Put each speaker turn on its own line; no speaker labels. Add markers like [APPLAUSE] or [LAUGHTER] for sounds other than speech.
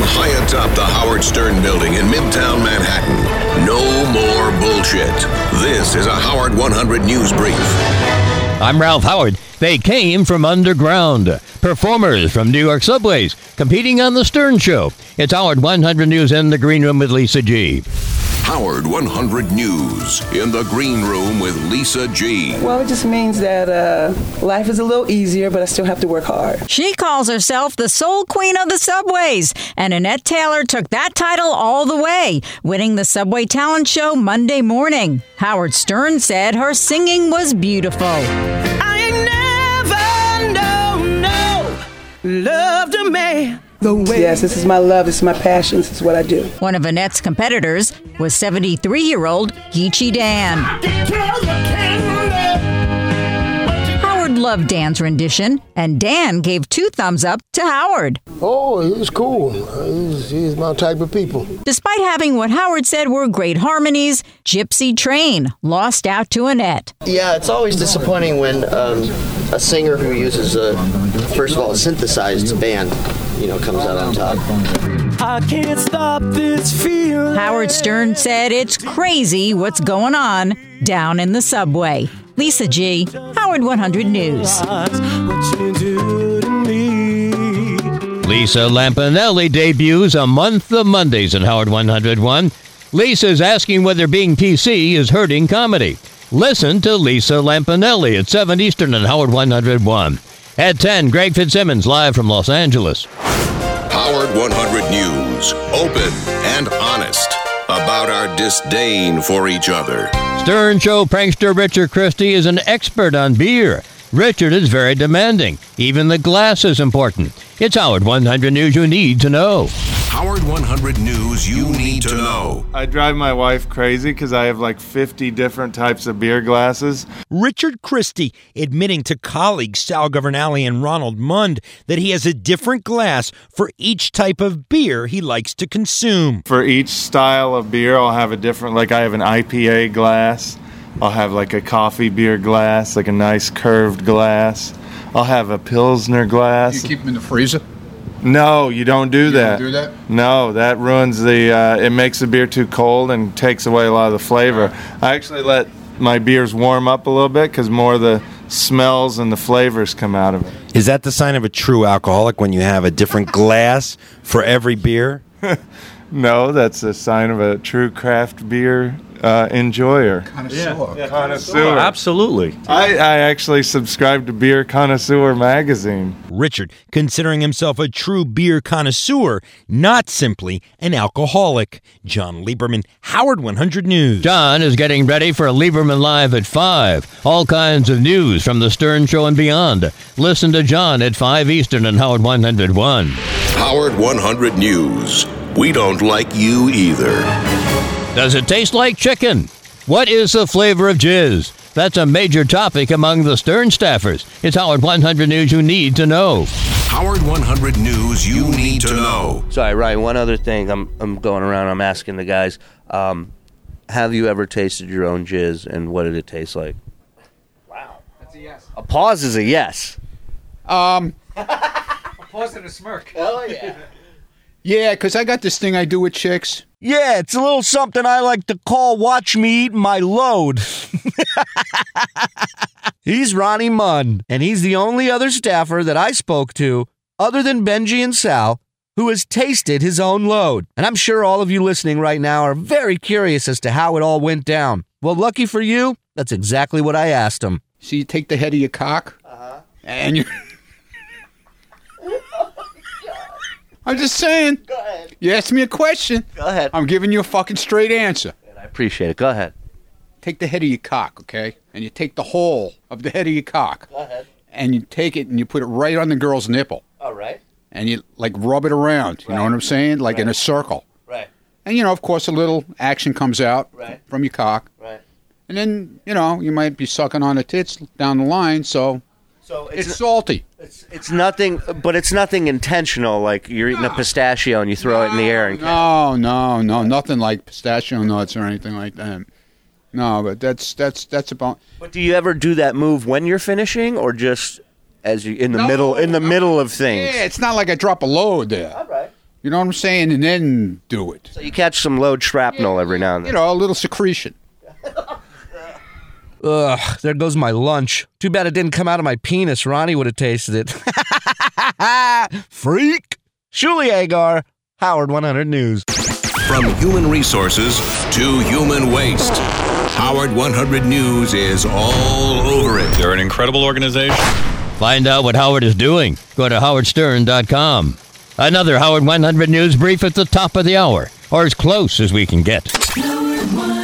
atop the Howard Stern building in Midtown Manhattan. No more bullshit. This is a Howard 100 News Brief.
I'm Ralph Howard. They came from underground. Performers from New York subways competing on The Stern Show. It's Howard 100 News in the Green Room with Lisa G.
Howard 100 News in the green room with Lisa G.
Well, it just means that uh, life is a little easier, but I still have to work hard.
She calls herself the soul queen of the subways, and Annette Taylor took that title all the way, winning the Subway Talent Show Monday morning. Howard Stern said her singing was beautiful.
I ain't never known no love to me the way
Yes, this is my love. This is my passion. This is what I do.
One of Annette's competitors was 73 year old Geechee Dan.
because I can
Howard loved Dan's rendition, and Dan gave two thumbs up to Howard.
Oh, he was cool. He's, he's my type of people.
Despite having what Howard said were great harmonies, Gypsy Train lost out to Annette.
Yeah, it's always disappointing when um, a singer who uses a first of all a synthesized band, you know, comes out on top.
I can't stop this feeling
Howard Stern said it's crazy what's going on down in the subway. Lisa G, Howard 100 News.
what you do to me
Lisa Lampanelli debuts a month of Mondays in Howard 101. Lisa's asking whether being PC is hurting comedy. Listen to Lisa Lampanelli at 7 Eastern on Howard 101. At 10, Greg Fitzsimmons live from Los Angeles.
Howard 100 News. Open and honest about our disdain for each other.
Stern Show prankster Richard Christie is an expert on beer. Richard is very demanding. Even the glass is important. It's Howard 100 News you need to know.
Howard 100 News you need to know.
I drive my wife crazy because I have like 50 different types of beer glasses.
Richard Christie admitting to colleagues Sal Governale and Ronald Mund that he has a different glass for each type of beer he likes to consume.
For each style of beer, I'll have a different, like I have an IPA glass, I'll have like a coffee beer glass, like a nice curved glass. I'll have a Pilsner glass.
You keep them in the freezer.
no, you don't do that.
do that?
No, that ruins the, uh, it makes the beer too cold and takes away a lot of the flavor. I actually let my beers warm up a little bit because more of the smells and the flavors come out of it.
Is that the sign of a true alcoholic when you have a
[LAUGHS]
different glass for every beer?
No, that's a sign of a true craft beer uh, enjoyer.
Connoisseur.
Connoisseur.
Absolutely.
I, I actually subscribe to Beer Connoisseur magazine.
Richard considering himself a true beer connoisseur, not simply an alcoholic. John Lieberman, Howard 100 News.
John is getting ready for Lieberman Live at 5. All kinds of news from the Stern Show and beyond. Listen to John at 5 Eastern on Howard 101.
Howard 100 News. We don't like you either.
Does it taste like chicken? What is the flavor of jizz? That's a major topic among the Stern staffers. It's Howard 100 News you need to know.
Howard 100 News you need to know.
Sorry, right. One other thing, I'm I'm going around. I'm asking the guys, um, have you ever tasted your own jizz, and what did it taste like? Wow, that's a yes. A pause is a yes.
Um, pause and a smirk. Oh [LAUGHS] yeah. Yeah, because I got this thing I do with chicks.
Yeah, it's a little something I like to call watch me eat my load.
[LAUGHS] He's Ronnie Munn, and he's the only other staffer that I spoke to, other than Benji and Sal, who has tasted his own load. And I'm sure all of you listening right now are very curious as to how it all went down. Well, lucky for you, that's exactly what I asked him.
So you take the head of your cock, uh-huh. and you. I'm just saying. Go ahead. You asked me a question.
Go ahead.
I'm giving you a fucking straight answer.
I appreciate it. Go ahead.
Take the head of your cock, okay? And you take the whole of the head of your cock. Go ahead. And you take it and you put it right on the girl's nipple.
All right.
and you like rub it around. You know what I'm saying? Like in a circle.
Right.
And you know, of course, a little action comes out
Right.
from your cock.
Right.
And then you know you might be sucking on the tits down the line, so
So
it's, salty.
It's, it's nothing, but it's nothing intentional. Like you're eating a pistachio and you throw it in the air. And
No, no, no, nothing like pistachio nuts or anything like that. No, but that's that's that's about
but do you ever do that move when you're finishing, or just as you in the
No,
middle in the
no.
middle of things?
Yeah, it's not like I drop a load there.
All right.
You know what I'm saying? And then do it.
So you catch some load shrapnel every now and
then. You know, a little secretion.
Ugh, there goes my lunch. Too bad it didn't come out of my penis. Ronnie would have tasted it. Freak! Shuli Agar, Howard 100 News.
From human resources to human waste, Howard 100 News is all over it.
They're an incredible organization. Find out what Howard is doing. Go to howardstern.com. Another Howard 100 News brief at the top of the hour, or as close as we can get.
Howard 100.